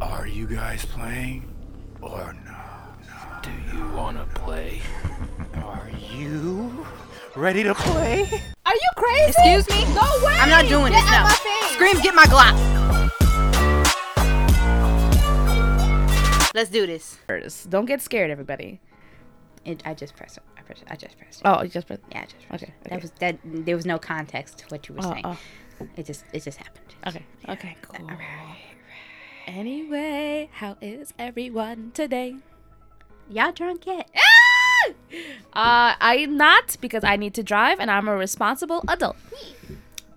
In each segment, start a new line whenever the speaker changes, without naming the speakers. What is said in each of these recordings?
Are you guys playing or no? Do you want to play? Are you ready to play?
Are you crazy?
Excuse me?
Go away.
I'm not doing
Get
this. No.
out my face.
Scream, get my Glock. Let's do this.
Curtis. Don't get scared, everybody.
It, I just pressed. it. I pressed. it. I just pressed. it.
Oh, you just press-
Yeah, I just pressed.
Okay,
it.
okay.
That was that. There was no context to what you were
Oh,
saying.
oh.
It just. It just happened.
Okay. Okay. Cool. Anyway, how is everyone today?
Y'all drunk yet? Ah!
Uh, I'm not because I need to drive and I'm a responsible adult.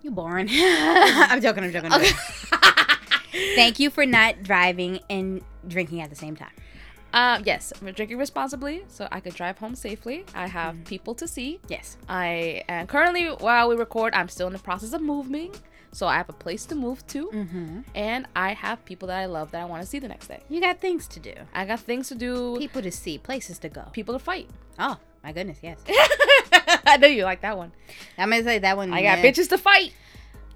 You boring. I'm joking. I'm joking. I'm joking. Thank you for not driving and drinking at the same time.
Uh, yes, I'm drinking responsibly so I could drive home safely. I have people to see.
Mm. Yes.
I am currently, while we record, I'm still in the process of moving. So I have a place to move to.
Mm-hmm.
And I have people that I love that I want to see the next day.
You got things to do,
I got things to do,
people to see, places to go.
people to fight.
Oh my goodness, yes.
I know you like that one.
I'm gonna say that one.
I got
yeah.
bitches to fight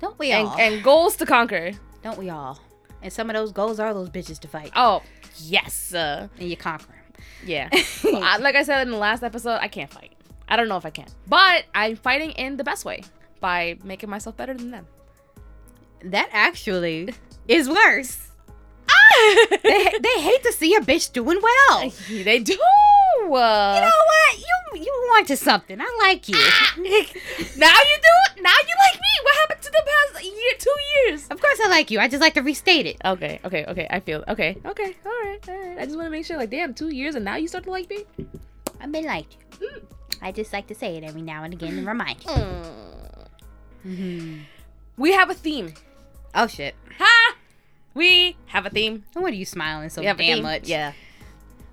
Don't we
and,
all?
and goals to conquer.
Don't we all? And some of those goals are those bitches to fight,
Oh, yes. Uh,
and you conquer them.
yeah. Well, I, like I said in the last episode, I can't fight. I don't know if I can. But I'm fighting in the best way by making myself better than them.
That actually is worse. Ah! they, they hate to see a bitch doing well. You
they do.
know what? You you want to something. I like you.
now you do. Now you like me. What happened to the past year, two years?
of course I like you. I just like to restate it.
Okay, okay, okay. I feel okay, okay. All right, all right. I just want to make sure, like, damn, two years, and now you start to like me.
I've been liked.
Mm.
I just like to say it every now and again and remind you.
Hmm. We have a theme.
Oh shit.
Ha! We have a theme.
And What are you smiling so
We have a
damn
theme.
much?
Yeah.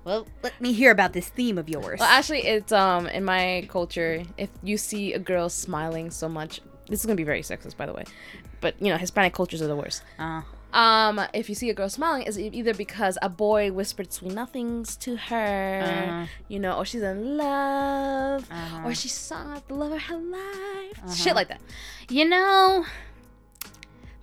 Well, let me hear about this theme of yours.
Well, actually, it's um in my culture, if you see a girl smiling so much, this is gonna be very sexist, by the way, but you know, Hispanic cultures are the worst.
Uh,
Um, if you see a girl smiling, is either because a boy whispered sweet nothings to her,
Uh-huh.
you know, or she's in love,
Uh-huh.
or she saw the love of her life, shit like that.
you know,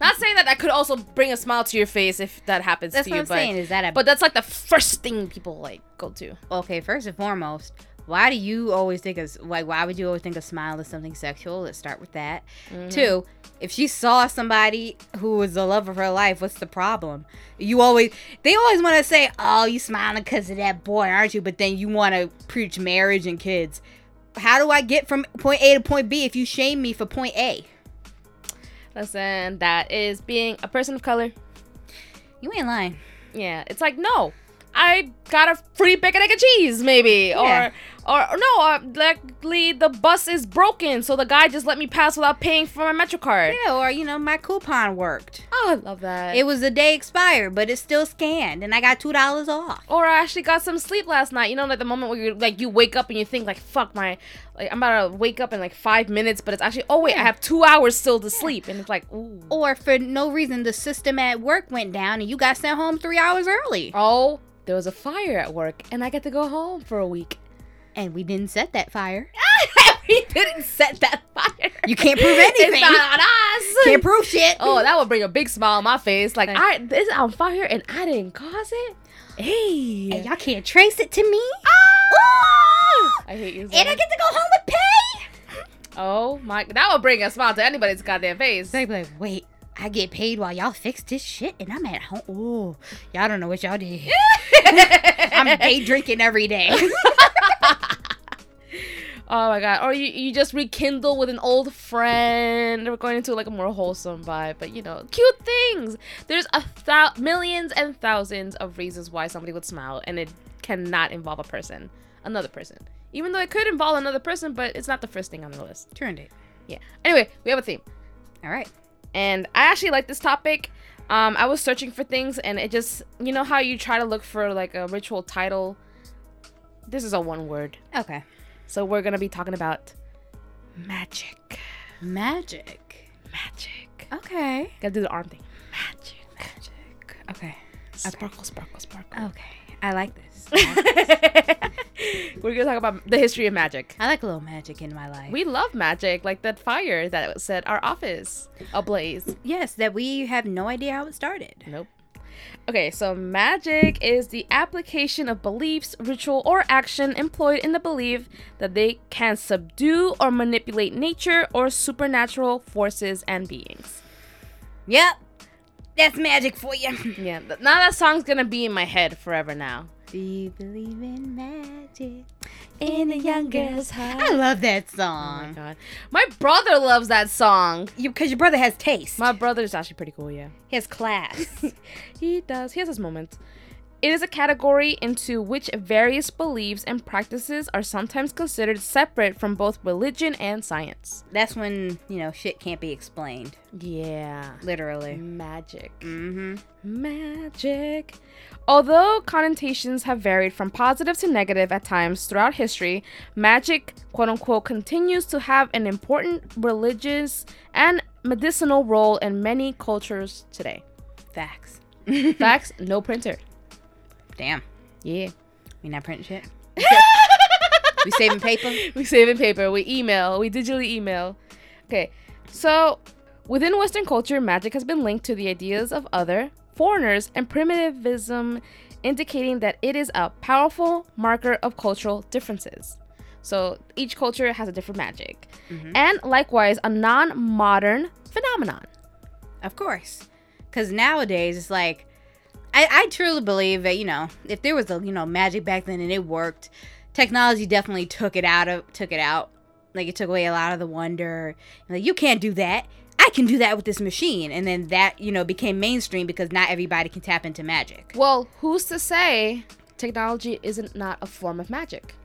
Not saying that that could also bring a smile to your face if that happens
that's
to
what
you,
I'm
but
saying. Is that a
but that's like the first thing people like go to.
okay? First and foremost, why do you always think of like why would you always think of smile as something sexual? Let's start with that. Two, if she saw somebody who was the love of her life, what's the problem? You always they always want to say, "Oh, you smiling because of that boy, aren't you?" But then you want to preach marriage and kids. How do I get from point A to point B if you shame me for point A?
Listen, that is being a person of color.
You ain't lying.
Yeah, it's like no, I got a free bacon egg and cheese maybe,
Yeah.
or or no, uh, luckily the bus is broken, so the guy just let me pass without paying for my Metro card.
Yeah, or you know, my coupon worked.
Oh, I love that.
It was the day expired, but it's still scanned, and I got two dollars off.
or I actually got some sleep last night. You know, like the moment where you like you wake up and you think like, "Fuck my," like I'm about to wake up in like five minutes, but it's actually oh wait, I have two hours still to sleep, and it's like, ooh,
or for no reason the system at work went down and you got sent home three hours early.
oh, there was a fire at work, and I get to go home for a week.
And we didn't set that fire.
we didn't set that fire.
You can't prove anything.
It's not on us.
Can't prove shit.
Oh, that would bring a big smile on my face. Like I, this is on fire and I didn't cause it. Hey,
And y'all can't trace it to me. Ooh!
I hate you.
And I
Zane.
get to go home with pay.
oh my, that would bring a smile to anybody's goddamn face.
They be like, wait, I get paid while y'all fix this shit and I'm at home. Ooh, y'all don't know what y'all did. I'm day drinking every day.
Oh my god. Or you, you just rekindle with an old friend. We're going into like a more wholesome vibe, but you know, cute things. There's a thou- millions and thousands of reasons why somebody would smile, and it cannot involve a person, another person. Even though it could involve another person, but it's not the first thing on the list.
Turned it.
Yeah. Anyway, we have a theme.
All right.
and I actually like this topic. Um, I was searching for things, and it just you know how you try to look for like a ritual title. This is a one word,
Okay.
so we're gonna be talking about magic.
Magic.
Magic.
Okay.
Gotta do the arm thing. Uh,
Magic. Magic. Okay.
Sparkle, sparkle, sparkle.
Okay. I like this.
we're gonna talk about the history of magic.
I like a little magic in my life.
We love magic, like that fire that set our office ablaze.
yes, that we have no idea how it started.
Nope. Okay, so magic is the application of beliefs, ritual, or action employed in the belief that they can subdue or manipulate nature or supernatural forces and beings.
Yep. That's magic for you.
Yeah, th- now that song's gonna be in my head forever now.
Do you believe in magic?
In a young girl's heart.
I love that
Oh my
song.
god. My brother loves that song.
You because your brother has taste.
My brother's actually pretty cool, yeah.
He has class.
He does. He has his moments. It is a category into which various beliefs and practices are sometimes considered separate from both religion and science.
That's when you know shit can't be explained.
Yeah.
Literally.
Magic.
Mm-hmm.
Magic. Although connotations have varied from positive to negative at times throughout history, magic, quote unquote, continues to have an important religious and medicinal role in many cultures today.
Facts.
Facts, no printer.
Damn.
Yeah.
We not printing shit. We saving paper.
we save in paper, we email, we digitally email. Okay, so within Western culture, magic has been linked to the ideas of other, foreigners, and primitivism, indicating that it is a powerful marker of cultural differences. So each culture has a different magic, and likewise, a non modern phenomenon.
Of course. Because nowadays, it's like, I, I truly believe that, you know, if there was a, you know, magic back then and it worked, technology definitely took it out of, took it out. Like, it took away a lot of the wonder. Like, you can't do that. I can do that with this machine. And then that, you know, became mainstream because not everybody can tap into magic.
Well, who's to say technology isn't not a form of magic?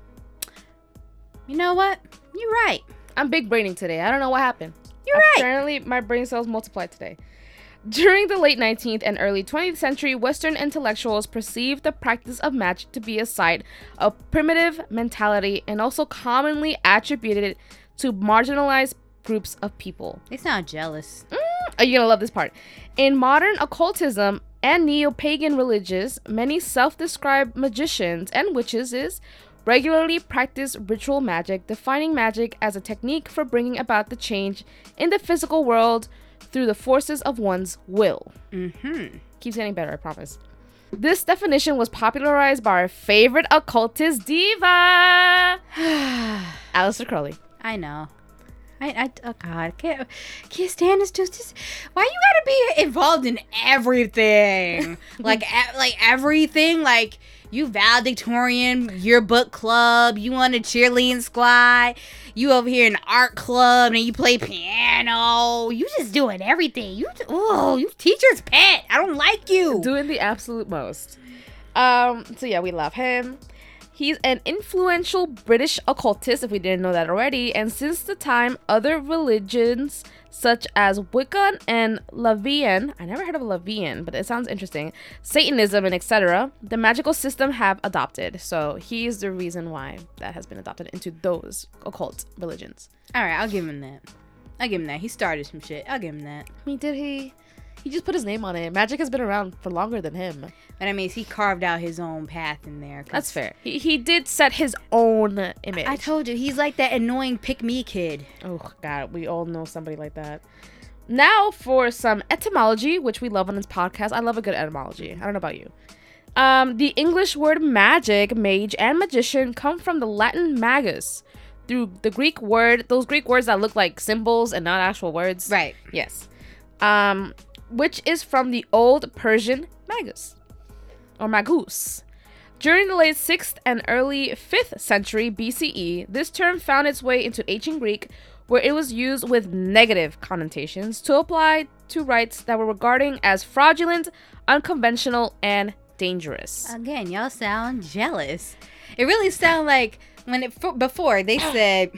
You know what? You're right.
I'm big braining today. I don't know what happened.
You're right.
Apparently, my brain cells multiplied today. During the late 19th and early 20th century, Western intellectuals perceived the practice of magic to be a sign of primitive mentality and also commonly attributed it to marginalized groups of people.
They sound jealous.
Are you Oh, gonna love this part? In modern occultism and neo-pagan religions, many self-described magicians and witches is regularly practice ritual magic, defining magic as a technique for bringing about the change in the physical world through the forces of one's will.
Mm-hmm.
Keeps getting better, I promise. This definition was popularized by our favorite occultist diva, Alistair Crowley.
I know. I, I oh God, can't can't stand this. Just, just why you gotta be involved in everything? like e- like everything. Like you valedictorian, your book club. You on a cheerleading squad. You over here in art club and you play piano. You just doing everything. You oh, you teacher's pet. I don't like you.
doing the absolute most. Um, so yeah, we love him. He's an influential British occultist, if we didn't know that already, and since the time, other religions such as Wiccan and Lavian, I never heard of Lavian, but it sounds interesting, Satanism and etc., the magical system have adopted. So he is the reason why that has been adopted into those occult religions.
All right, I'll give him that. I'll give him that. He started some shit. I'll give him that.
I mean, did he? He just put his name on it. Magic has been around for longer than him.
But I mean, he carved out his own path in there. 'cause-
That's fair. He, he did set his own image.
I told you, he's like that annoying pick me kid.
oh God, we all know somebody like that. Now for some etymology, which we love on this podcast. I love a good etymology. I don't know about you. Um, the English word magic, mage, and magician come from the Latin magus, through the Greek word. Those Greek words that look like symbols and not actual words.
Right.
Yes. Um, which is from the old Persian magus or magus. During the late 6th and early 5th century BCE, this term found its way into ancient Greek, where it was used with negative connotations to apply to rites that were regarded as fraudulent, unconventional, and dangerous.
Again, y'all sound jealous. It really sound like when it f- before they said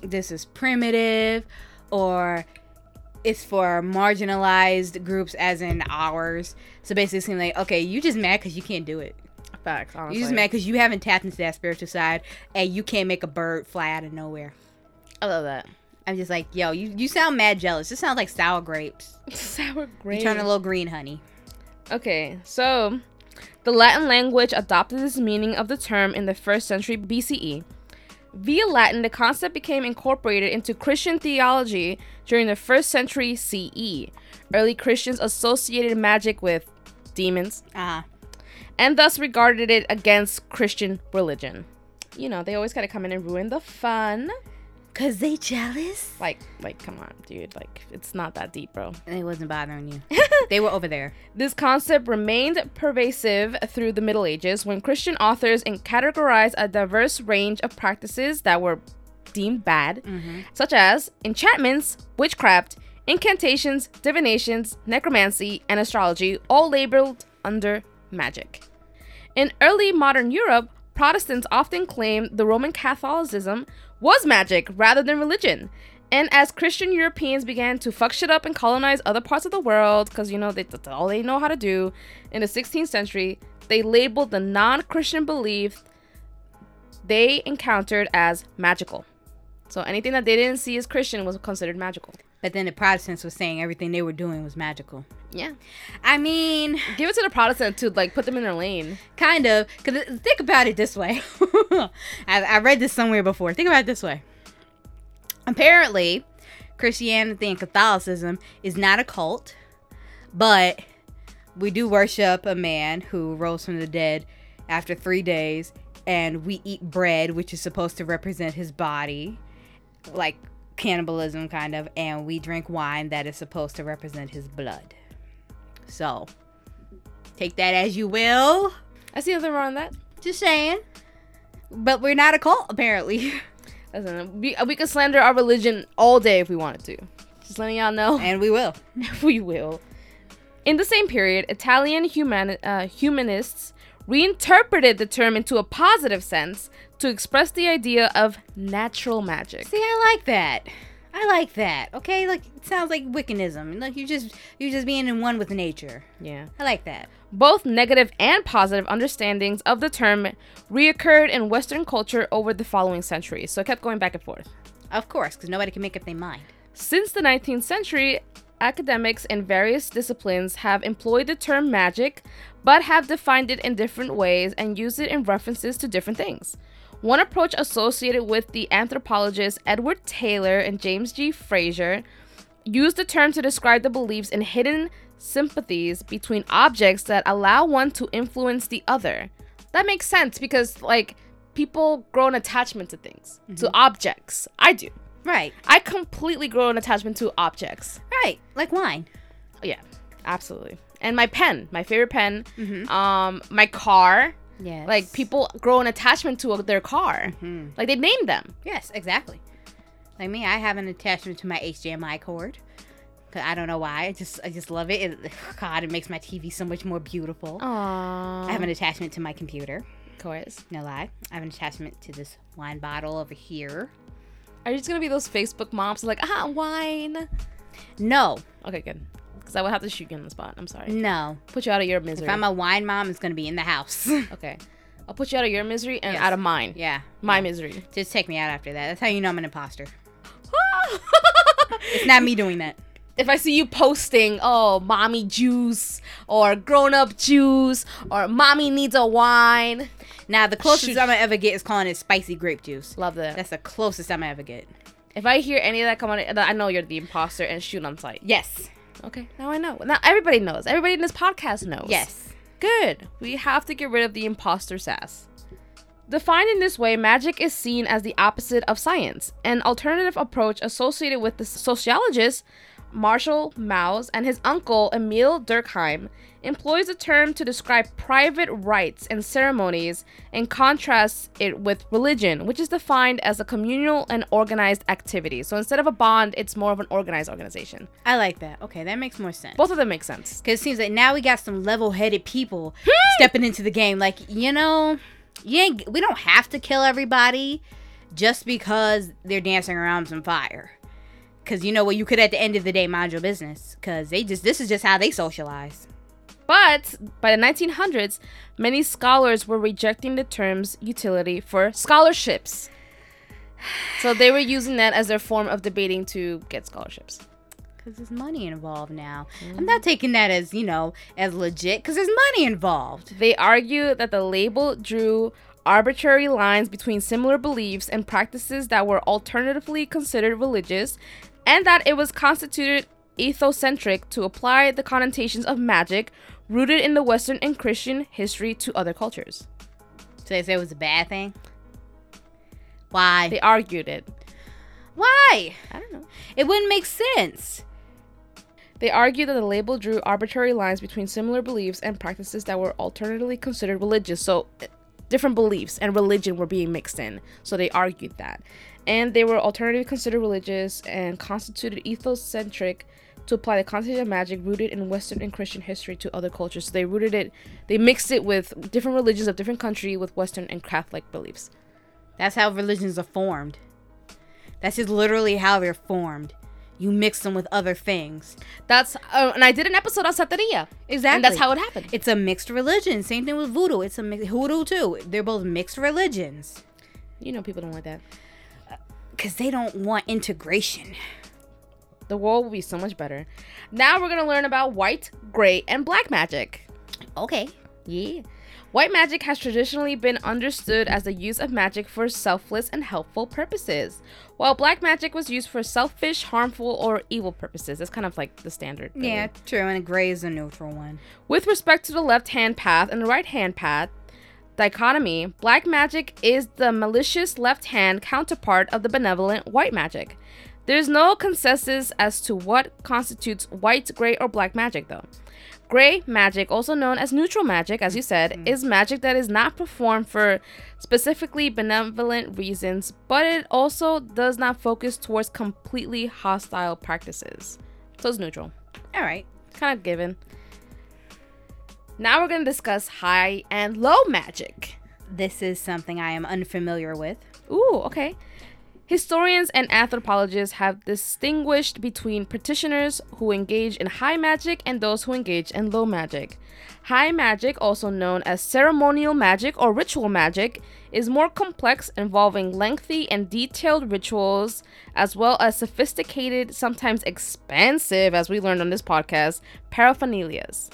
this is primitive or it's for marginalized groups as in ours. So basically it seemed like, okay, you just mad cuz you can't do it.
Facts,
You
honestly.
just mad cuz you haven't tapped into that spiritual side and you can't make a bird fly out of nowhere.
I love that.
I'm just like, yo, you, you sound mad jealous. This sounds like sour grapes.
Sour
You
grapes.
turn a little green, honey.
Okay, so the Latin language adopted this meaning of the term in the first century BCE. Via Latin, the concept became incorporated into Christian theology E. during the first century CE. Early Christians associated magic with demons,
Uh,
and thus regarded it against Christian religion. You know, they always gotta come in and ruin the fun.
Cause they jealous?
Like, like, come on, dude. Like, it's not that deep, bro.
It wasn't bothering you. they were over there.
This concept remained pervasive through the Middle Ages when Christian authors en- categorized a diverse range of practices that were deemed bad, such as enchantments, witchcraft, incantations, divinations, necromancy, and astrology, all labeled under magic. In early modern Europe, Protestants often claimed the Roman Catholicism was magic rather than religion. And as Christian Europeans began to fuck shit up and colonize other parts of the world, because you know they, that's all they know how to do, in the 16th century, they labeled the non-Christian belief they encountered as magical. So anything that they didn't see as Christian was considered magical.
But then the Protestants were saying everything they were doing was magical.
Yeah,
I mean,
give it to the Protestant to like put them in their lane.
kind of. Cause think about it this way. I, I read this somewhere before. Think about it this way. Apparently, Christianity and Catholicism is not a cult, but we do worship a man who rose from the dead after three days, and we eat bread, which is supposed to represent his body, like cannibalism kind of, and we drink wine that is supposed to represent his blood. So, take that as you will.
I see nothing wrong with that.
Just saying. But we're not a cult, apparently.
Listen, we, we could slander our religion all day if we wanted to. Just letting y'all know,
and we will.
we will. In the same period, Italian human, uh, humanists reinterpreted the term into a positive sense to express the idea of natural magic.
See, I like that. I like that. Okay, like it sounds like Wiccanism. Like you just you just being in one with nature.
Yeah.
I like that.
Both negative and positive understandings of the term reoccurred in Western culture over the following centuries, so it kept going back and forth.
Of course, because nobody can make up their mind.
Since the 19th century, academics in various disciplines have employed the term magic, but have defined it in different ways and used it in references to different things. One approach associated with the anthropologists Edward Taylor and James G. Fraser used the term to describe the beliefs and hidden sympathies between objects that allow one to influence the other. That makes sense because, like, people grow an attachment to things, to objects. I do.
Right.
I completely grow an attachment to objects.
Right. Like wine.
Yeah, absolutely. And my pen, my favorite pen, um, my car.
Yes.
Like people grow an attachment to their car. Like they name them.
Yes, exactly. Like me, I have an attachment to my HDMI cord. 'Cause I don't know why. I just I just love it. it. God, it makes my TV so much more beautiful. I
Aww.
have an attachment to my computer.
of course.
No lie. I have an attachment to this wine bottle over here.
Are you just gonna be those Facebook moms like ah wine?
No,
Okay, good. Because I would have to shoot you on the spot. I'm sorry.
no.
Put you out of your misery.
If I'm a wine mom, it's gonna be in the house.
okay, I'll put you out of your misery and
Yes.
out of mine.
yeah.
My misery.
Just take me out after that. That's how you know I'm an imposter.
Ah!
It's not me doing that.
if I see you posting, oh, mommy juice or grown up juice or mommy needs a wine.
Now the closest
Shoot.
I'm gonna ever get is calling it spicy grape juice.
Love that.
That's the closest I'm gonna ever get.
if I hear any of that come on, I know you're the imposter and shoot on sight.
Yes.
Okay, now I know. Now everybody knows. Everybody in this podcast knows.
Yes.
Good. We have to get rid of the imposter sass. Defined in this way, magic is seen as the opposite of science, an alternative approach associated with the sociologist Marshall Maus and his uncle Emil Durkheim employs the term to describe private rites and ceremonies and contrasts it with religion, which is defined as a communal and organized activity. So instead of a bond, it's more of an organized organization.
I like that. Okay, that makes more sense.
Both of them make sense.
Because it seems like now we got some level-headed people stepping into the game. Like you know, you ain't, we don't have to kill everybody just because they're dancing around some fire. Because you know what, you could at the end of the day mind your business. Because they just this is just how they socialize.
But by the 1900s, many scholars were rejecting the term's utility for scholarships. So they were using that as their form of debating to get scholarships.
Because there's money involved now. I'm
Mm-hmm.
not taking that as you know as legit. Because there's money involved.
They argue that the label drew arbitrary lines between similar beliefs and practices that were alternatively considered religious, and that it was constituted ethocentric to apply the connotations of magic rooted in the Western and Christian history to other cultures.
So they say it was a bad thing. Why?
They argued it.
Why?
I don't know.
It wouldn't make sense.
They argued that the label drew arbitrary lines between similar beliefs and practices that were alternatively considered religious. So, eh, different beliefs and religion were being mixed in. So, they argued that. And they were alternatively considered religious and constituted ethnocentric to apply the concept of magic rooted in Western and Christian history to other cultures. So, they rooted it, they mixed it with different religions of different country with Western and Catholic beliefs.
That's how religions are formed. That's just literally how they're formed. You mix them with other things.
That's, uh, and I did an episode on Santeria.
Exactly.
And that's how it happened.
It's a mixed religion. Same thing with voodoo. It's a mix, hoodoo too. They're both mixed religions
You know, people don't like that.
because they don't want integration.
The world will be so much better. Now we're gonna learn about white, gray, and black magic.
Okay.
Yeah. White magic has traditionally been understood as the use of magic for selfless and helpful purposes, while black magic was used for selfish, harmful, or evil purposes. That's kind of like the standard. really.
Yeah, true. And gray is a neutral one.
With respect to the left hand path and the right hand path dichotomy, black magic is the malicious left hand counterpart of the benevolent white magic. There's no consensus as to what constitutes white, gray, or black magic, though. Gray magic, also known as neutral magic, as you said, is magic that is not performed for specifically benevolent reasons, but it also does not focus towards completely hostile practices. So it's neutral
All right.
kind of given. Now we're gonna discuss high and low magic.
This is something I am unfamiliar with.
Ooh, okay. Historians and anthropologists have distinguished between practitioners who engage in high magic and those who engage in low magic. High magic, also known as ceremonial magic or ritual magic, is more complex, involving lengthy and detailed rituals, as well as sophisticated, sometimes expensive, as we learned on this podcast, paraphernalias.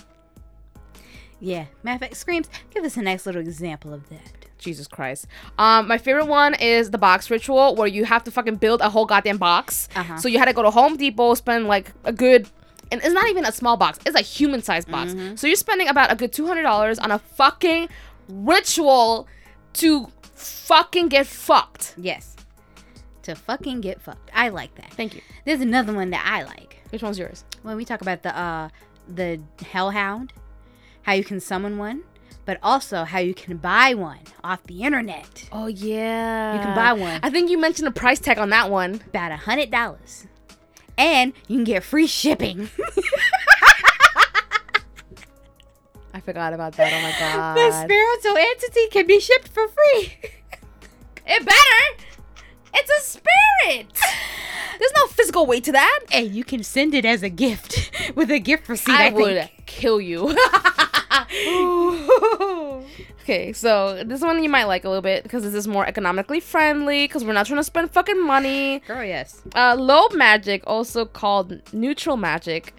Yeah. Matter of fact, Screams, give us a nice little example of that.
Jesus Christ. Um, my favorite one is the box ritual where you have to fucking build a whole goddamn box.
Uh-huh.
So you had to go to Home Depot, spend like a good, and it's not even a small box. It's a human sized box. So you're spending about a good two hundred dollars on a fucking ritual to fucking get fucked.
Yes. To fucking get fucked. I like that.
Thank you.
There's another one that I like.
Which one's yours?
when we talk about the uh the hellhound how you can summon one but also how you can buy one off the internet
Oh yeah,
You can buy one.
I think you mentioned the price tag on that one.
about a hundred dollars and you can get free shipping
I forgot about that. Oh my god.
the spiritual entity can be shipped for free
It better. It's a spirit. There's no physical weight to that.
and you can send it as a gift with a gift receipt
I,
i, think.
would kill you. okay, so this one you might like a little bit because this is more economically friendly because we're not trying to spend fucking money.
girl yes
Uh, low magic, also called neutral magic,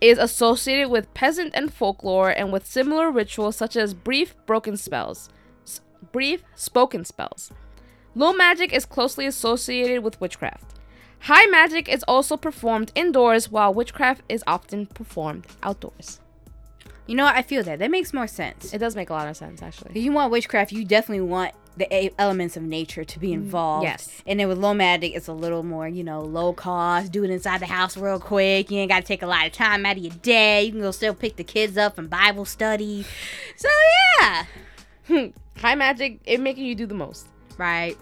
is associated with peasant and folklore and with similar rituals such as brief broken spells, s- brief spoken spells. Low magic is closely associated with witchcraft. High magic is also performed indoors, while witchcraft is often performed outdoors.
you know what i feel that that makes more sense
It does make a lot of sense, actually.
if you want witchcraft you definitely want the a- elements of nature to be involved
Mm, yes.
And then with low magic, it's a little more, you know, low cost. Do it inside the house real quick. You ain't got to take a lot of time out of your day. You can go still pick the kids up from Bible study. So, yeah.
High magic, it making you do the most.
Right.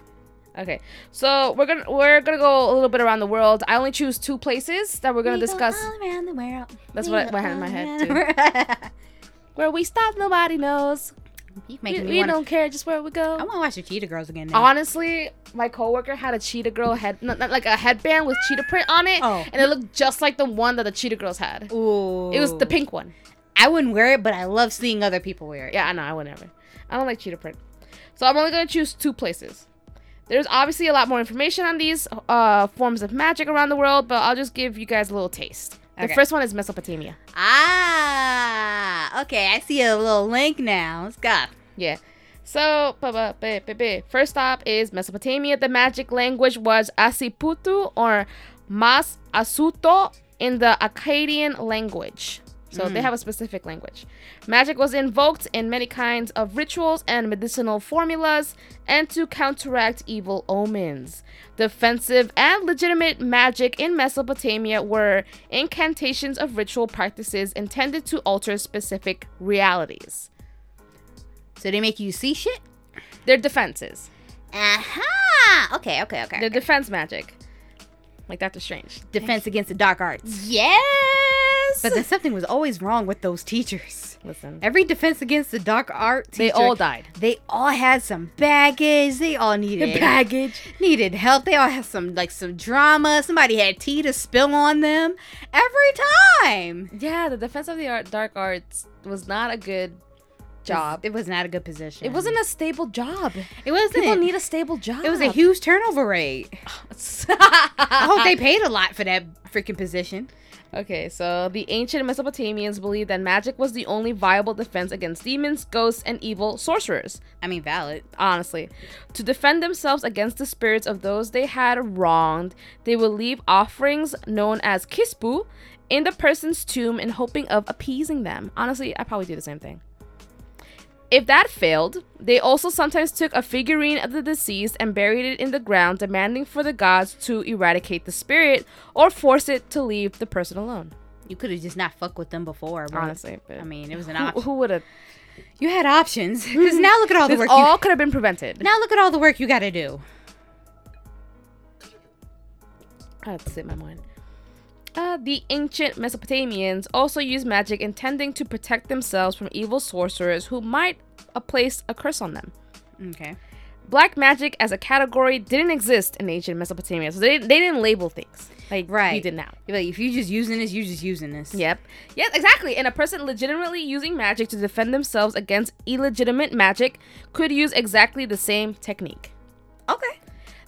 Okay, so we're gonna we're gonna go a little bit around the world. I only choose two places that we're gonna discuss.
all around the world.
That's
We go
what- what I had in my
all
head,
around the
Where we stop, nobody knows.
world. you
We,
making
we
me want
don't care, just where we go.
I want to watch the Cheetah Girls again now.
Honestly, my coworker had a cheetah girl head, n- n- like a headband with cheetah print on it,
Oh.
and it looked just like the one that the cheetah girls had.
Ooh.
It was the pink one.
I wouldn't wear it, but I love seeing other people wear it.
Yeah, I know. I would never. I don't like cheetah print. So I'm only gonna choose two places. There's obviously a lot more information on these uh, forms of magic around the world, but I'll just give you guys a little taste. The
Okay.
first one is Mesopotamia.
Ah. Okay. I see a little link now. Let's go.
Yeah. So, ba- ba- ba- ba- ba. first stop is Mesopotamia. The magic language was Asiputu or Mas Asuto in the Akkadian language. So they have a specific language. Magic was invoked in many kinds of rituals and medicinal formulas and to counteract evil omens. Defensive and legitimate magic in Mesopotamia were incantations of ritual practices intended to alter specific realities.
So they make you see shit?
They're defenses.
Aha! Uh-huh. Okay, okay, okay.
They're defense magic. Like Doctor Strange.
Defense against the dark arts.
Yes!
But then something was always wrong with those teachers.
Listen.
Every defense against the dark art teacher,
They all died.
They all had some baggage. They all needed
Baggage.
needed help. They all had some like some drama. Somebody had tea to spill on them every time.
Yeah, the defense of the art, dark arts was not a good job.
It was not a good position.
It wasn't a stable job.
It wasn't.
People need a stable job.
it was a huge turnover rate. I hope they paid a lot for that freaking position.
Okay, so the ancient Mesopotamians believed that magic was the only viable defense against demons, ghosts, and evil sorcerers.
I mean, valid.
Honestly, to defend themselves against the spirits of those they had wronged, they would leave offerings known as kispu in the person's tomb in hoping of appeasing them. Honestly, I probably do the same thing. If that failed, they also sometimes took a figurine of the deceased and buried it in the ground, demanding for the gods to eradicate the spirit or force it to leave the person alone.
You could have just not fucked with them before. but-
Honestly, but
I mean, it was an
who,
option.
who would have?
You had options. Because now look at all the
This
work.
all could have been prevented.
you, now look at all the work you got to do.
I had to sip my wine. Uh, the ancient Mesopotamians also used magic intending to protect themselves from evil sorcerers who might uh, place a curse on them.
Okay.
Black magic as a category didn't exist in ancient Mesopotamia, so they, they didn't label things like we
Right.
did now.
You're Like, if you're just using this, you're just using this.
Yep. Yes, exactly. And a person legitimately using magic to defend themselves against illegitimate magic could use exactly the same technique.
Okay.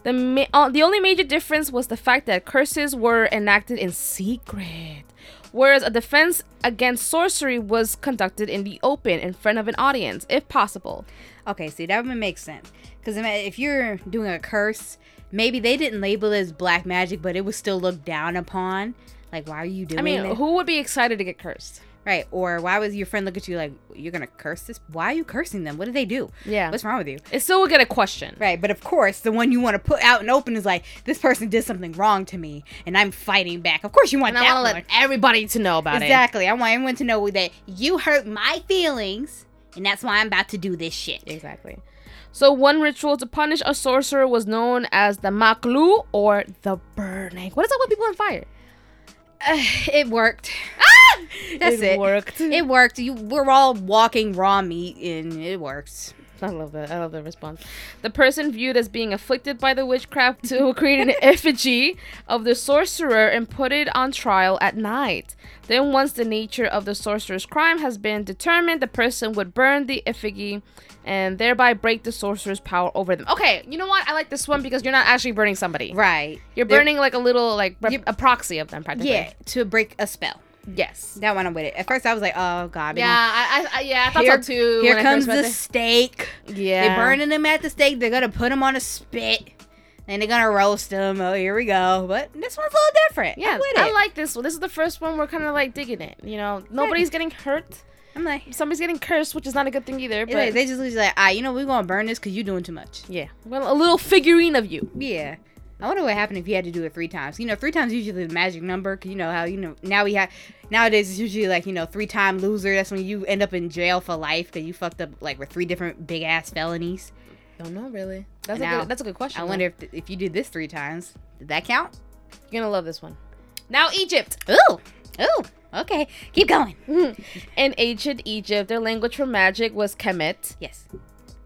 The ma- uh, the only major difference was the fact that curses were enacted in secret, whereas a defense against sorcery was conducted in the open in front of an audience, if possible.
Okay, see, that would make sense. Because if you're doing a curse, maybe they didn't label it as black magic, but it was still looked down upon. Like, why are you doing
I mean,
that?
who would be excited to get cursed?
right. Or why was your friend look at you like, you're going to curse this? Why are you cursing them? What did they do?
Yeah.
What's wrong with you?
It still would get a question.
Right, but of course, the one you want to put out and open is like, this person did something wrong to me, and I'm fighting back. Of course, you want
And I
that
want to
one.
let everybody to know about
Exactly. I want everyone to know that you hurt my feelings, and that's why I'm about to do this shit.
it. Exactly. So one ritual to punish a sorcerer was known as the maklu or the burning. What is up with people on fire?
it worked. Ah! That's it.
worked.
It worked. You, we're all walking raw meat, and it works.
I love that. I love the response. The person viewed as being afflicted by the witchcraft to create an effigy of the sorcerer and put it on trial at night. Then, once the nature of the sorcerer's crime has been determined, the person would burn the effigy and thereby break the sorcerer's power over them. Okay, you know what? I like this one because you're not actually burning somebody.
Right.
You're
They're-
burning like a little, like rep- a proxy of them, practically.
Yeah, to break a spell.
Yes.
That one I'm with it. At first, I was like, oh god.
Yeah, I, I, I yeah, I thought
Here,
so too.
here
when I
comes
first
the
read
steak.
Yeah.
They're burning him at the stake. They're gonna put him on a spit, and they're gonna roast him. Oh, here we go. But this one's a little different.
Yeah,
I'm with
I
it.
like this one. This is the first one we're kind of like digging it. You know, nobody's getting hurt.
I'm like,
Somebody's getting cursed, which is not a good thing either. But
like, they just literally like, ah, you know, we're gonna burn this because you're doing too much.
yeah, well, a little figurine of you.
Yeah. I wonder what happened if you had to do it three times. You know, three times is usually the magic number. 'cause you know how you know now we have nowadays it's usually like you know three time loser. That's when you end up in jail for life because you fucked up like with three different big ass felonies.
Don't know really. That's
Now,
a good, that's a good question.
I
though.
wonder if th- if you did this three times, did that count?
you're gonna love this one. Now Egypt.
Ooh, ooh. Okay, keep going.
In ancient Egypt, their language for magic was Kemet.
Yes.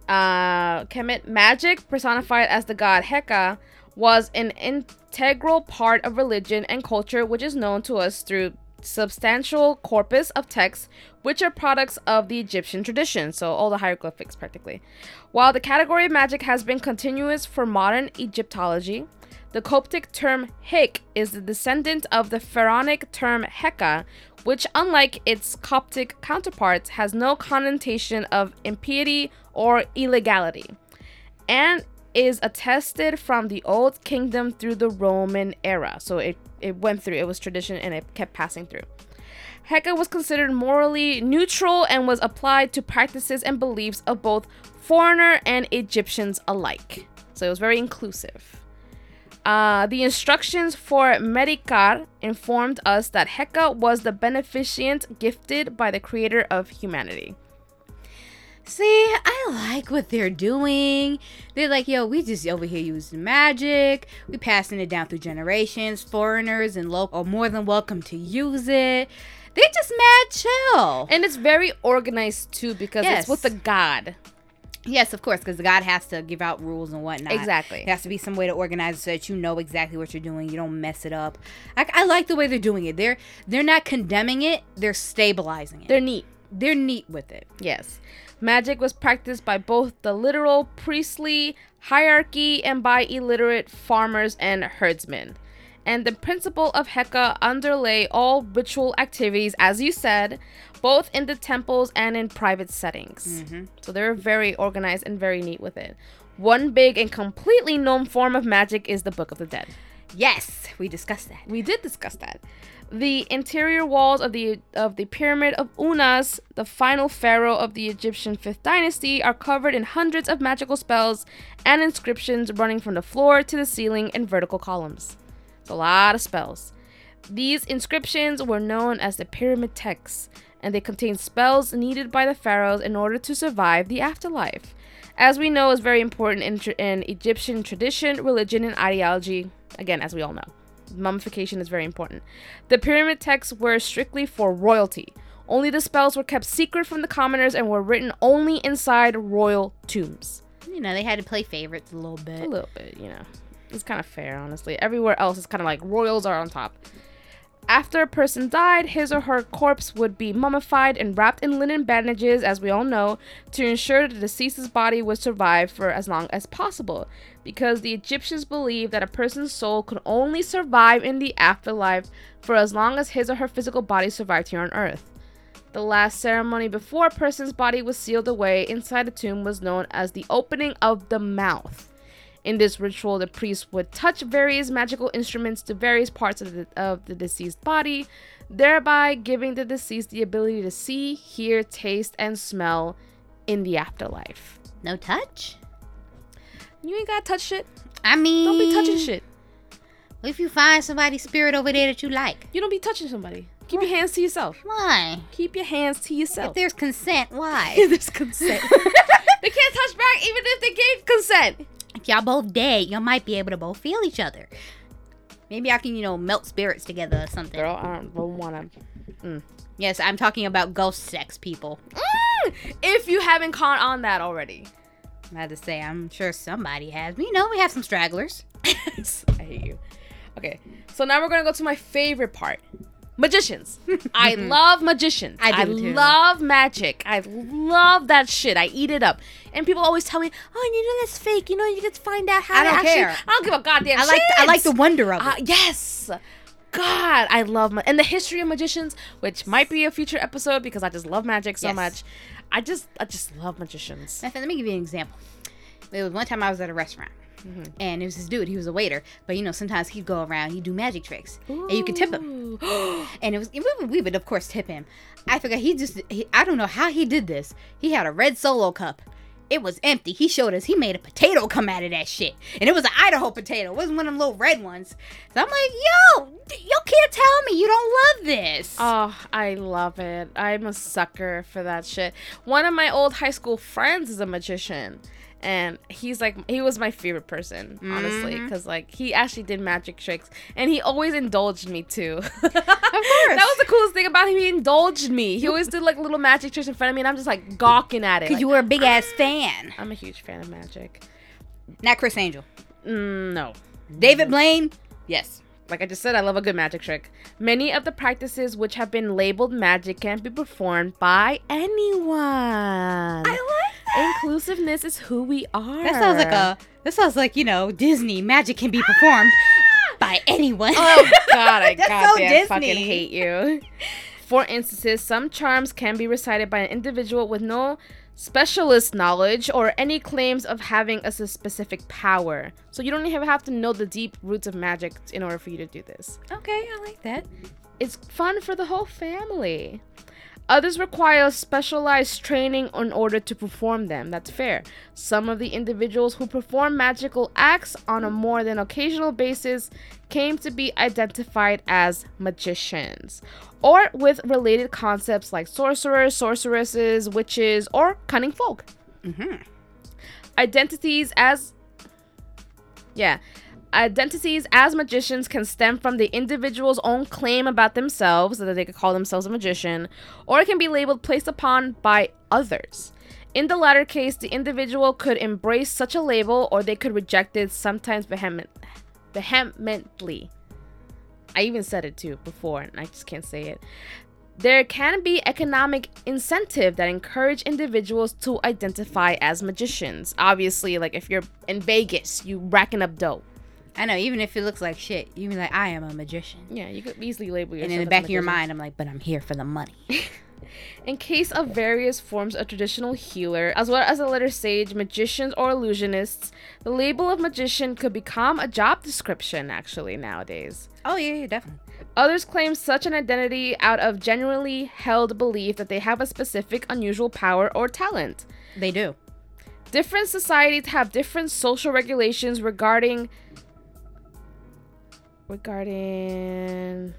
Uh, Kemet magic, personified as the god Heka, was an integral part of religion and culture, which is known to us through substantial corpus of texts, which are products of the Egyptian tradition. So all the hieroglyphics, practically. While the category of magic has been continuous for modern Egyptology, the Coptic term Hic is the descendant of the Pharaonic term Heka, which, unlike its Coptic counterparts, has no connotation of impiety or illegality, and is attested from the Old Kingdom through the Roman era. So it, it went through, it was tradition, and it kept passing through. Heka was considered morally neutral and was applied to practices and beliefs of both foreigner and Egyptians alike. So it was very inclusive. Uh, the instructions for Medikar informed us that Heka was the beneficent gifted by the creator of humanity.
See, I like what they're doing. They're like, yo, we just over here using magic. We passing it down through generations. Foreigners and local are more than welcome to use it. They just mad chill.
And it's very organized too because
Yes.
it's with the god.
Yes, of course, because God has to give out rules and whatnot.
Exactly.
There has to be some way to organize it so that you know exactly what you're doing. You don't mess it up. I, I like the way they're doing it. They're they're not condemning it. They're stabilizing it. They're,
They're neat.
they're neat with it.
Yes. Magic was practiced by both the literal priestly hierarchy and by illiterate farmers and herdsmen. And the principle of Heka underlay all ritual activities, as you said, both in the temples and in private settings. So they were very organized and very neat with it. One big and completely known form of magic is the Book of the Dead.
Yes, we discussed that.
We did discuss that. The interior walls of the of the pyramid of Unas, the final pharaoh of the Egyptian fifth dynasty, are covered in hundreds of magical spells and inscriptions running from the floor to the ceiling in vertical columns. It's a lot of spells. These inscriptions were known as the pyramid texts, and they contain spells needed by the pharaohs in order to survive the afterlife. As we know, is very important in, tr- in Egyptian tradition, religion, and ideology. Again, as we all know, mummification is very important. The pyramid texts were strictly for royalty. Only the spells were kept secret from the commoners and were written only inside royal tombs.
You know, they had to play favorites a little bit.
A little bit, you know. It's kind of fair, honestly. Everywhere else is kind of like royals are on top. After a person died, his or her corpse would be mummified and wrapped in linen bandages, as we all know, to ensure the deceased's body would survive for as long as possible. Because the Egyptians believed that a person's soul could only survive in the afterlife for as long as his or her physical body survived here on Earth. The last ceremony before a person's body was sealed away inside the tomb was known as the opening of the mouth. In this ritual, the priest would touch various magical instruments to various parts of the, of the deceased body, thereby giving the deceased the ability to see, hear, taste, and smell in the afterlife.
No touch.
You ain't gotta touch shit.
I mean,
Don't be touching shit.
If you find somebody's spirit over there that you like,
You don't be touching somebody. Keep your hands to yourself.
why?
Keep your hands to
If
yourself.
there's consent, why?
If there's consent. they can't touch back even if they gave consent.
if y'all both dead, y'all might be able to both feel each other. Maybe I can, you know, melt spirits together or something.
Girl, I don't want to.
Yes, I'm talking about ghost sex, people.
Mm. If you haven't caught on that already.
I'm about to say, I'm sure somebody has. You know, we have some stragglers.
I hate you. Okay, so now we're gonna go to my favorite part magicians. I love magicians.
I do too.
love magic. I love that shit. I eat it up. And people always tell me, oh, you know, that's fake. You know, you get to find out how
I
to
don't
actually.
care.
I don't give a goddamn
I like,
shit.
I like the wonder of it.
Uh, yes. God, I love ma- and the history of magicians, which might be a future episode because I just love magic so
Yes.
much. I just, I just love magicians.
Matter of fact, let me give you an example. There was one time I was at a restaurant,
Mm-hmm.
and it was this dude. He was a waiter, but you know sometimes he'd go around, he'd do magic tricks, and you could tip him. and it was we would, we would of course tip him. I forgot he just he, I don't know how he did this. He had a red solo cup. It was empty. He showed us. He made a potato come out of that shit, and it was an Idaho potato. It wasn't one of them little red ones. So I'm like, yo, you can't tell me you don't love this.
Oh, I love it. I'm a sucker for that shit. One of my old high school friends is a magician. And he's like, he was my favorite person, honestly, because like he actually did magic tricks and he always indulged me too. of course. That was the coolest thing about him. He indulged me. He always did like little magic tricks in front of me and I'm just like gawking at it.
Cause
like,
you were a big ass fan.
I'm a huge fan of magic.
Not Chris Angel.
Mm, no.
David Blaine. Yes.
like I just said, I love a good magic trick. Many of the practices which have been labeled magic can be performed by anyone. Inclusiveness is who we are.
That sounds like a. That sounds like you know Disney magic can be performed by anyone.
Oh God, I
That's so
goddamn fucking
Disney.
hate you. For instances, some charms can be recited by an individual with no specialist knowledge or any claims of having a s- specific power. So you don't even have to know the deep roots of magic in order for you to do this.
okay, I like that.
It's fun for the whole family. Others require specialized training in order to perform them. That's fair. Some of the individuals who perform magical acts on a more than occasional basis came to be identified as magicians or with related concepts like sorcerers, sorceresses, witches, or cunning folk. Identities as yeah. Identities as magicians can stem from the individual's own claim about themselves that they could call themselves a magician, or it can be labeled placed upon by others. In the latter case, the individual could embrace such a label or they could reject it, sometimes vehement, vehemently. I even said it too before, and I just can't say it. There can be economic incentive that encourage individuals to identify as magicians. Obviously, like if you're in Vegas, you racking up dough.
I know, even if it looks like shit, you be like, I am a magician.
Yeah, you could easily label yourself.
And in
as
the
a
back of your
magician.
mind, I'm like, but I'm here for the money.
In case of various forms of traditional healer, as well as the letter sage, magicians, or illusionists, the label of magician could become a job description actually nowadays.
oh, yeah, yeah, definitely.
Others claim such an identity out of genuinely held belief that they have a specific unusual power or talent.
They do.
Different societies have different social regulations regarding regarding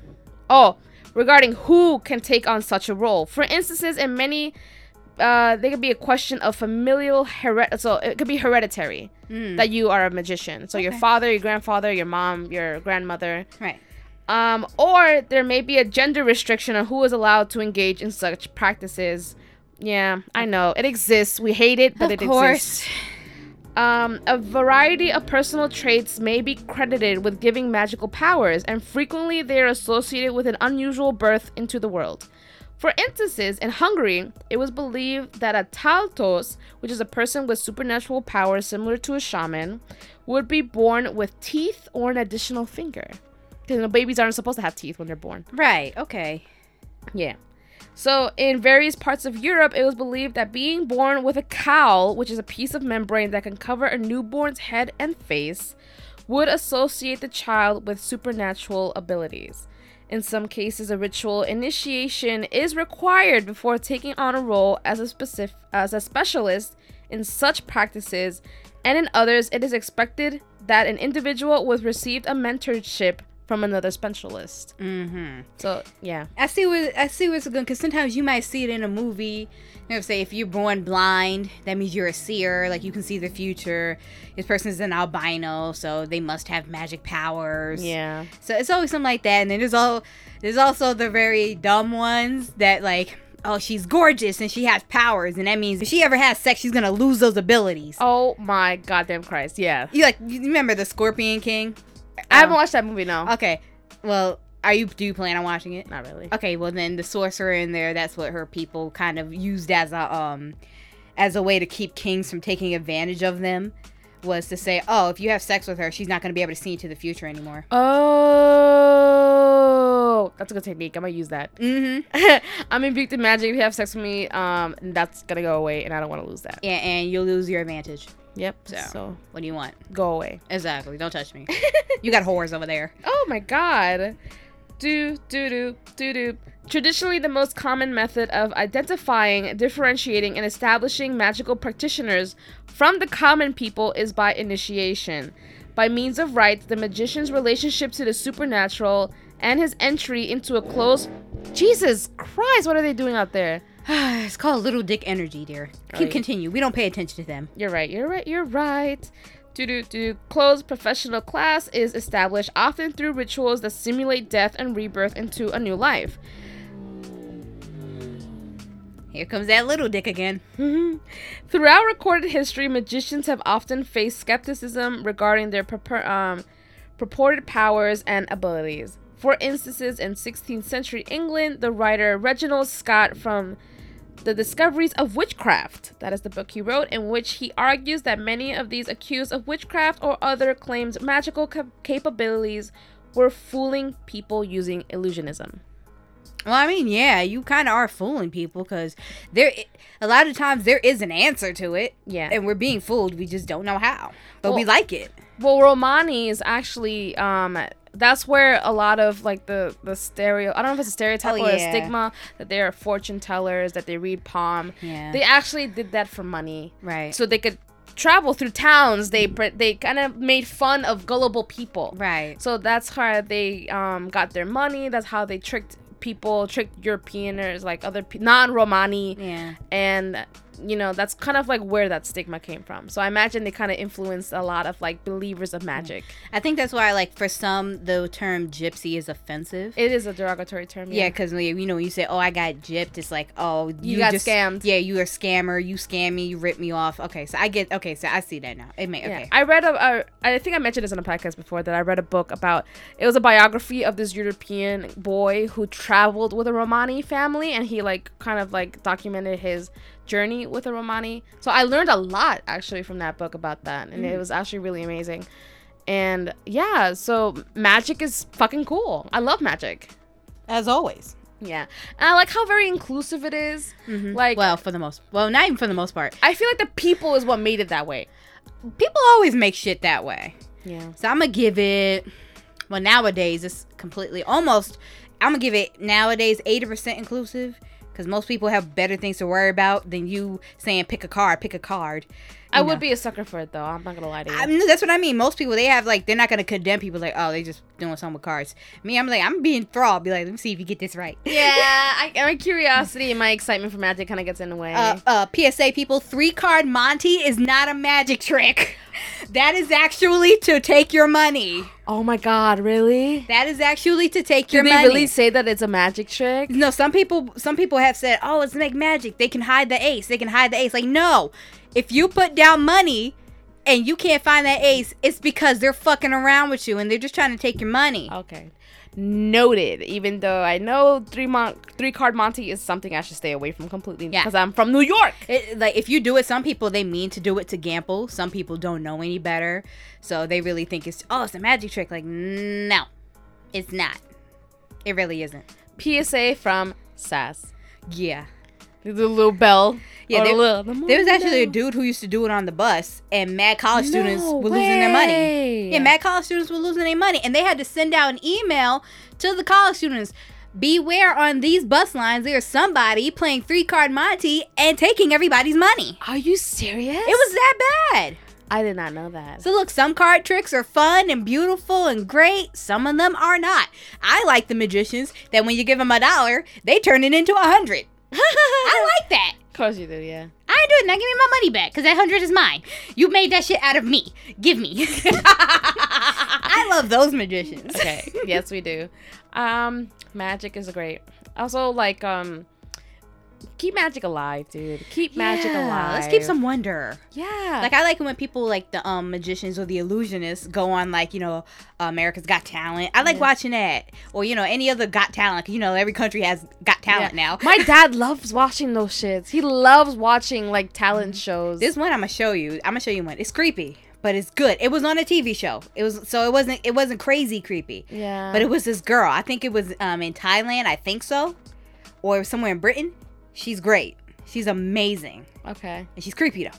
oh regarding who can take on such a role. For instances, in many uh, there could be a question of familial heret so it could be hereditary that you are a magician. So your father, your grandfather, your mom, your grandmother.
Right.
Um, or there may be a gender restriction on who is allowed to engage in such practices. Yeah, I know. It exists. We hate it, but
of
it exists.
course.
Um, a variety of personal traits may be credited with giving magical powers, and frequently they are associated with an unusual birth into the world. For instances, in Hungary, it was believed that a taltos, which is a person with supernatural powers similar to a shaman, would be born with teeth or an additional finger. Because you know, babies aren't supposed to have teeth when they're born.
Right. Okay.
Yeah. So, in various parts of Europe, it was believed that being born with a cowl, which is a piece of membrane that can cover a newborn's head and face, would associate the child with supernatural abilities. In some cases, a ritual initiation is required before taking on a role as a specific as a specialist in such practices, and in others, it is expected that an individual was received a mentorship from another specialist.
Mm-hmm.
So, yeah.
I see where I see where it's going because sometimes you might see it in a movie. You know, say if you're born blind, that means you're a seer. Like you can see the future. This person is an albino, so they must have magic powers.
Yeah.
So it's always something like that. And then there's all there's also the very dumb ones that like, oh, she's gorgeous and she has powers, and that means if she ever has sex, she's gonna lose those abilities.
Oh my goddamn Christ! Yeah,
You like you remember the Scorpion King?
I haven't watched that movie. No,
Oh. Okay. Well, are you do you plan on watching it?
not really.
Okay, well then the sorcerer in there, that's what her people kind of used as a um as a way to keep kings from taking advantage of them was to say, "Oh, if you have sex with her, she's not going to be able to see into the future anymore."
Oh, that's a good technique. I might use that.
Mhm.
I'm imbibed in magic. If you have sex with me, um, that's gonna go away, and I don't want to lose that.
Yeah, and you'll lose your advantage.
Yep. So.
So. What do you want?
go away.
Exactly. Don't touch me. you got whores over there.
Oh my god. Do do do do do. Traditionally, the most common method of identifying, differentiating, and establishing magical practitioners from the common people is by initiation. By means of rites, the magician's relationship to the supernatural and his entry into a close. Jesus Christ, what are they doing out there?
it's called little dick energy, dear. Keep
yeah.
continue. We don't pay attention to them.
You're right. You're right. You're right. Do do do. Closed professional class is established often through rituals that simulate death and rebirth into a new life.
Here comes that little dick again.
Throughout recorded history, magicians have often faced skepticism regarding their purpor- um, purported powers and abilities. For instances, in 16th century England, the writer Reginald Scott from The Discoveries of Witchcraft, that is the book he wrote, in which he argues that many of these accused of witchcraft or other claimed magical cap- capabilities were fooling people using illusionism.
Well, I mean, yeah, you kind of are fooling people because there, a lot of times there is an answer to it.
Yeah.
and we're being fooled. We just don't know how, but we
Well-
like it.
Well, Romani is actually um, that's where a lot of like the the stereo I don't know if it's a stereotype
Oh,
or a
yeah.
stigma that they are fortune tellers that they read palm.
Yeah.
They actually did that for money,
right.
so they could travel through towns. They pre- they kind of made fun of gullible people.
right.
So that's how they um, got their money. That's how they tricked people, tricked Europeaners, like other pe- non-Romani,
Yeah.
and you know that's kind of like where that stigma came from. So I imagine they kind of influenced a lot of like believers of magic.
I think that's why, like, for some, the term gypsy is offensive.
It is a derogatory term.
Yeah, because you know, you say, "Oh, I got gypped." It's like, "Oh, you,
got
just,
scammed.
Yeah, you are a scammer. You scam me. You rip me off." Okay, so I get. Okay, so I see that now. It may.
Yeah.
Okay.
I read a, a. I think I mentioned this on a podcast before that I read a book about. It was a biography of this European boy who traveled with a Romani family, and he like kind of like documented his journey with a Romani. So I learned a lot actually from that book about that, and
Mm.
it was actually really amazing. And yeah, so magic is fucking cool. I love magic.
As always.
Yeah, and I like how very inclusive it is. Mm-hmm. Like,
well, for the most. Well, not even for the most part.
I feel like the people is what made it that way.
People always make shit that way.
Yeah.
So I'm gonna give it. Well, nowadays it's completely almost. I'm gonna give it nowadays 80% inclusive because most people have better things to worry about than you saying pick a card, pick a card.
I
you
would
know.
be a sucker for it though. I'm not gonna lie to you.
I mean, that's what I mean. Most people they have like they're not gonna condemn people like oh they just doing something with cards. Me, I'm like I'm being enthralled. Be like let me see if you get this right.
Yeah, I, my curiosity and my excitement for magic kind of gets in the way.
Uh, uh, PSA people, three card Monty is not a magic trick. That is actually to take your money.
oh my god, really?
That is actually to take your
Did they
money.
really say that it's a magic trick?
No, some people some people have said, "Oh, it's make magic. They can hide the ace. They can hide the ace." Like, no. If you put down money and you can't find that ace, it's because they're fucking around with you and they're just trying to take your
Oh,
money.
Okay, noted. Even though I know three mon- three card Monty is something I should stay away from completely
Yeah.
because I'm from New York.
It, like if you do it, some people they mean to do it to gamble. Some people don't know any better, so they really think it's oh, it's a magic trick. Like, no, it's not. It really isn't.
PSA from Sass.
Yeah.
The little bell.
Yeah,
Or
there-
the little- the
There was actually a
little-
dude who used to do it on the bus, and mad college students
No
were losing their money.
way.
Yeah, mad college students were losing their money, and they had to send out an email to the college students. Beware on these bus lines, there's somebody playing three card Monty and taking everybody's money.
Are you serious?
It was that bad.
I did not know that.
So look, some card tricks are fun and beautiful and great. Some of them are not. I like the magicians that when you give them a dollar, they turn it into a hundred. I like that.
of course you did, yeah.
I ain't doing that. Give me my money back, cause that hundred is mine. You made that shit out of me. Give me. I love those magicians.
okay yes we do um magic is great also like um keep magic alive dude keep magic
Yeah,
alive
Let's keep some wonder.
yeah
Like I like it when people like the um magicians or the illusionists go on like you know America's Got Talent. I like watching that or you know any other Got Talent. 'cause, You know every country has Got Talent now.
my dad loves watching those shits he loves watching like talent shows
Mm-hmm. This one I'm gonna show you. I'm gonna show you one. It's creepy, but it's good. It was on a TV show. It was so it wasn't it wasn't crazy creepy.
yeah
But it was this girl. I think it was um in Thailand. I think so, or somewhere in Britain. She's great. She's amazing,
okay
and she's creepy though.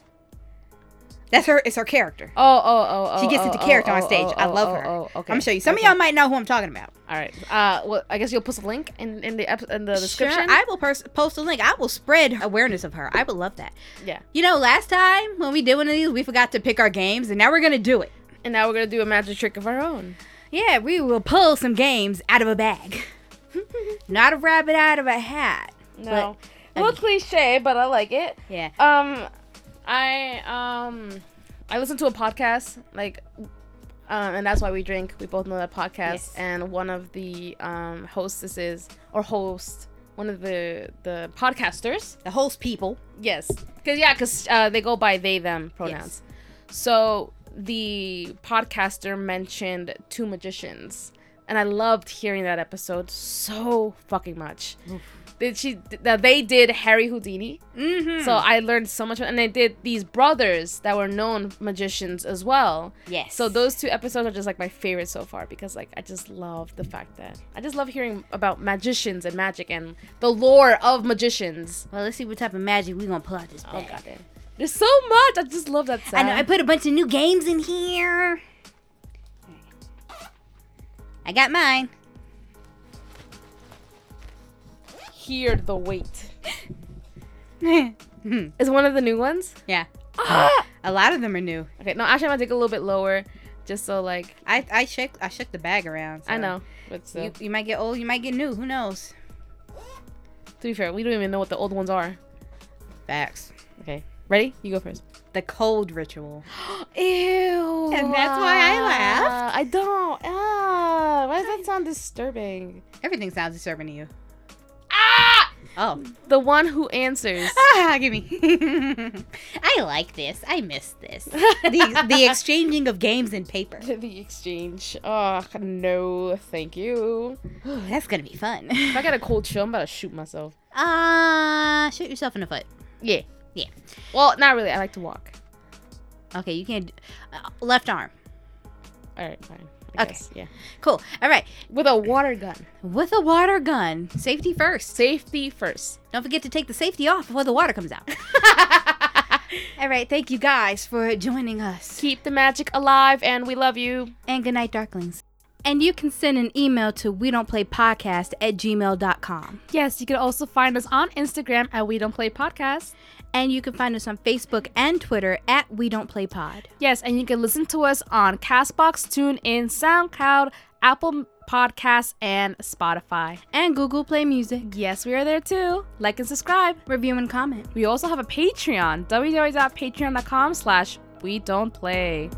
That's her. It's her character.
oh oh oh, oh
She gets
oh,
into
oh,
character on
oh,
stage.
oh,
I
oh,
love
oh,
her.
oh, okay
I'm gonna show you. Some
Okay.
of y'all might know who I'm talking about.
all right uh well i guess you'll post a link in in the ep- in the description
Sure, I will pers- post a link. I will spread awareness of her. I would love that.
yeah
You know, last time when we did one of these, we forgot to pick our games, and now we're gonna do it.
and now we're gonna do a magic trick of our own
Yeah, we will pull some games out of a bag. Not a rabbit out of a hat.
no
But-
a little cliche but i like it
Yeah.
Um, I um, I listen to a podcast like, um, and that's why we drink. We both know that podcast,
Yes.
and one of the um hostesses or host, one of the the podcasters.
The host people.
Yes, because yeah, because uh, they go by they them pronouns. So the podcaster mentioned two magicians, and I loved hearing that episode so fucking much. Did she that they did Harry Houdini?
Mm-hmm.
So I learned so much, and I did these brothers that were known magicians as well.
Yes.
So those two episodes are just like my favorite so far because like I just love the fact that I just love hearing about magicians and magic and the lore of magicians.
Well, let's see what type of magic we gonna pull out this
Oh
bag.
god, damn. there's so much. I just love that. Sound.
I know. I put a bunch of new games in here. I got mine.
Hear the wait.
yeah.
Is one of the new ones?
Hmm.
Ah!
A lot of them are new.
Okay, no, actually, I'm gonna take a little bit lower, just so like
I I shook I shook the bag around.
I
so
know. But still,
You, you might get old, you might get new. Who knows?
to be fair, we don't even know what the old ones are.
Facts.
Okay, ready? You go first.
The cold ritual.
Ew.
And that's why I laughed.
ah, I don't. Ah, why does that sound disturbing?
Everything sounds disturbing to you.
Ah!
Oh.
The one who answers.
Ah, give me. I like this. I miss this. The, the exchanging of games and paper.
the exchange. Oh no, thank you.
Ooh, that's gonna be fun.
If I got a cold chill, I'm about to shoot myself.
Ah, uh, shoot yourself in the foot.
Yeah.
Yeah.
Well, not really. I like to walk.
Okay, you can't. Uh, left arm.
All right, fine. I
Okay.
guess, Yeah.
Cool. All right.
With a water gun.
With a water gun, safety first.
Safety first.
Don't forget to take the safety off before the water comes out. All right, thank you guys for joining us.
Keep the magic alive, and we love you.
And good night, Darklings. And you can send an email to we don't play podcast at gmail.com.
Yes, you can also find us on Instagram at We Don't Play Podcast.
And you can find us on Facebook and Twitter at We Don't Play Pod.
Yes, and you can listen to us on Castbox, TuneIn, SoundCloud, Apple Podcasts, and Spotify.
And Google Play Music.
Yes, we are there too. Like and subscribe.
Review and comment.
We also have a Patreon, www.patreon.com slash we don't play.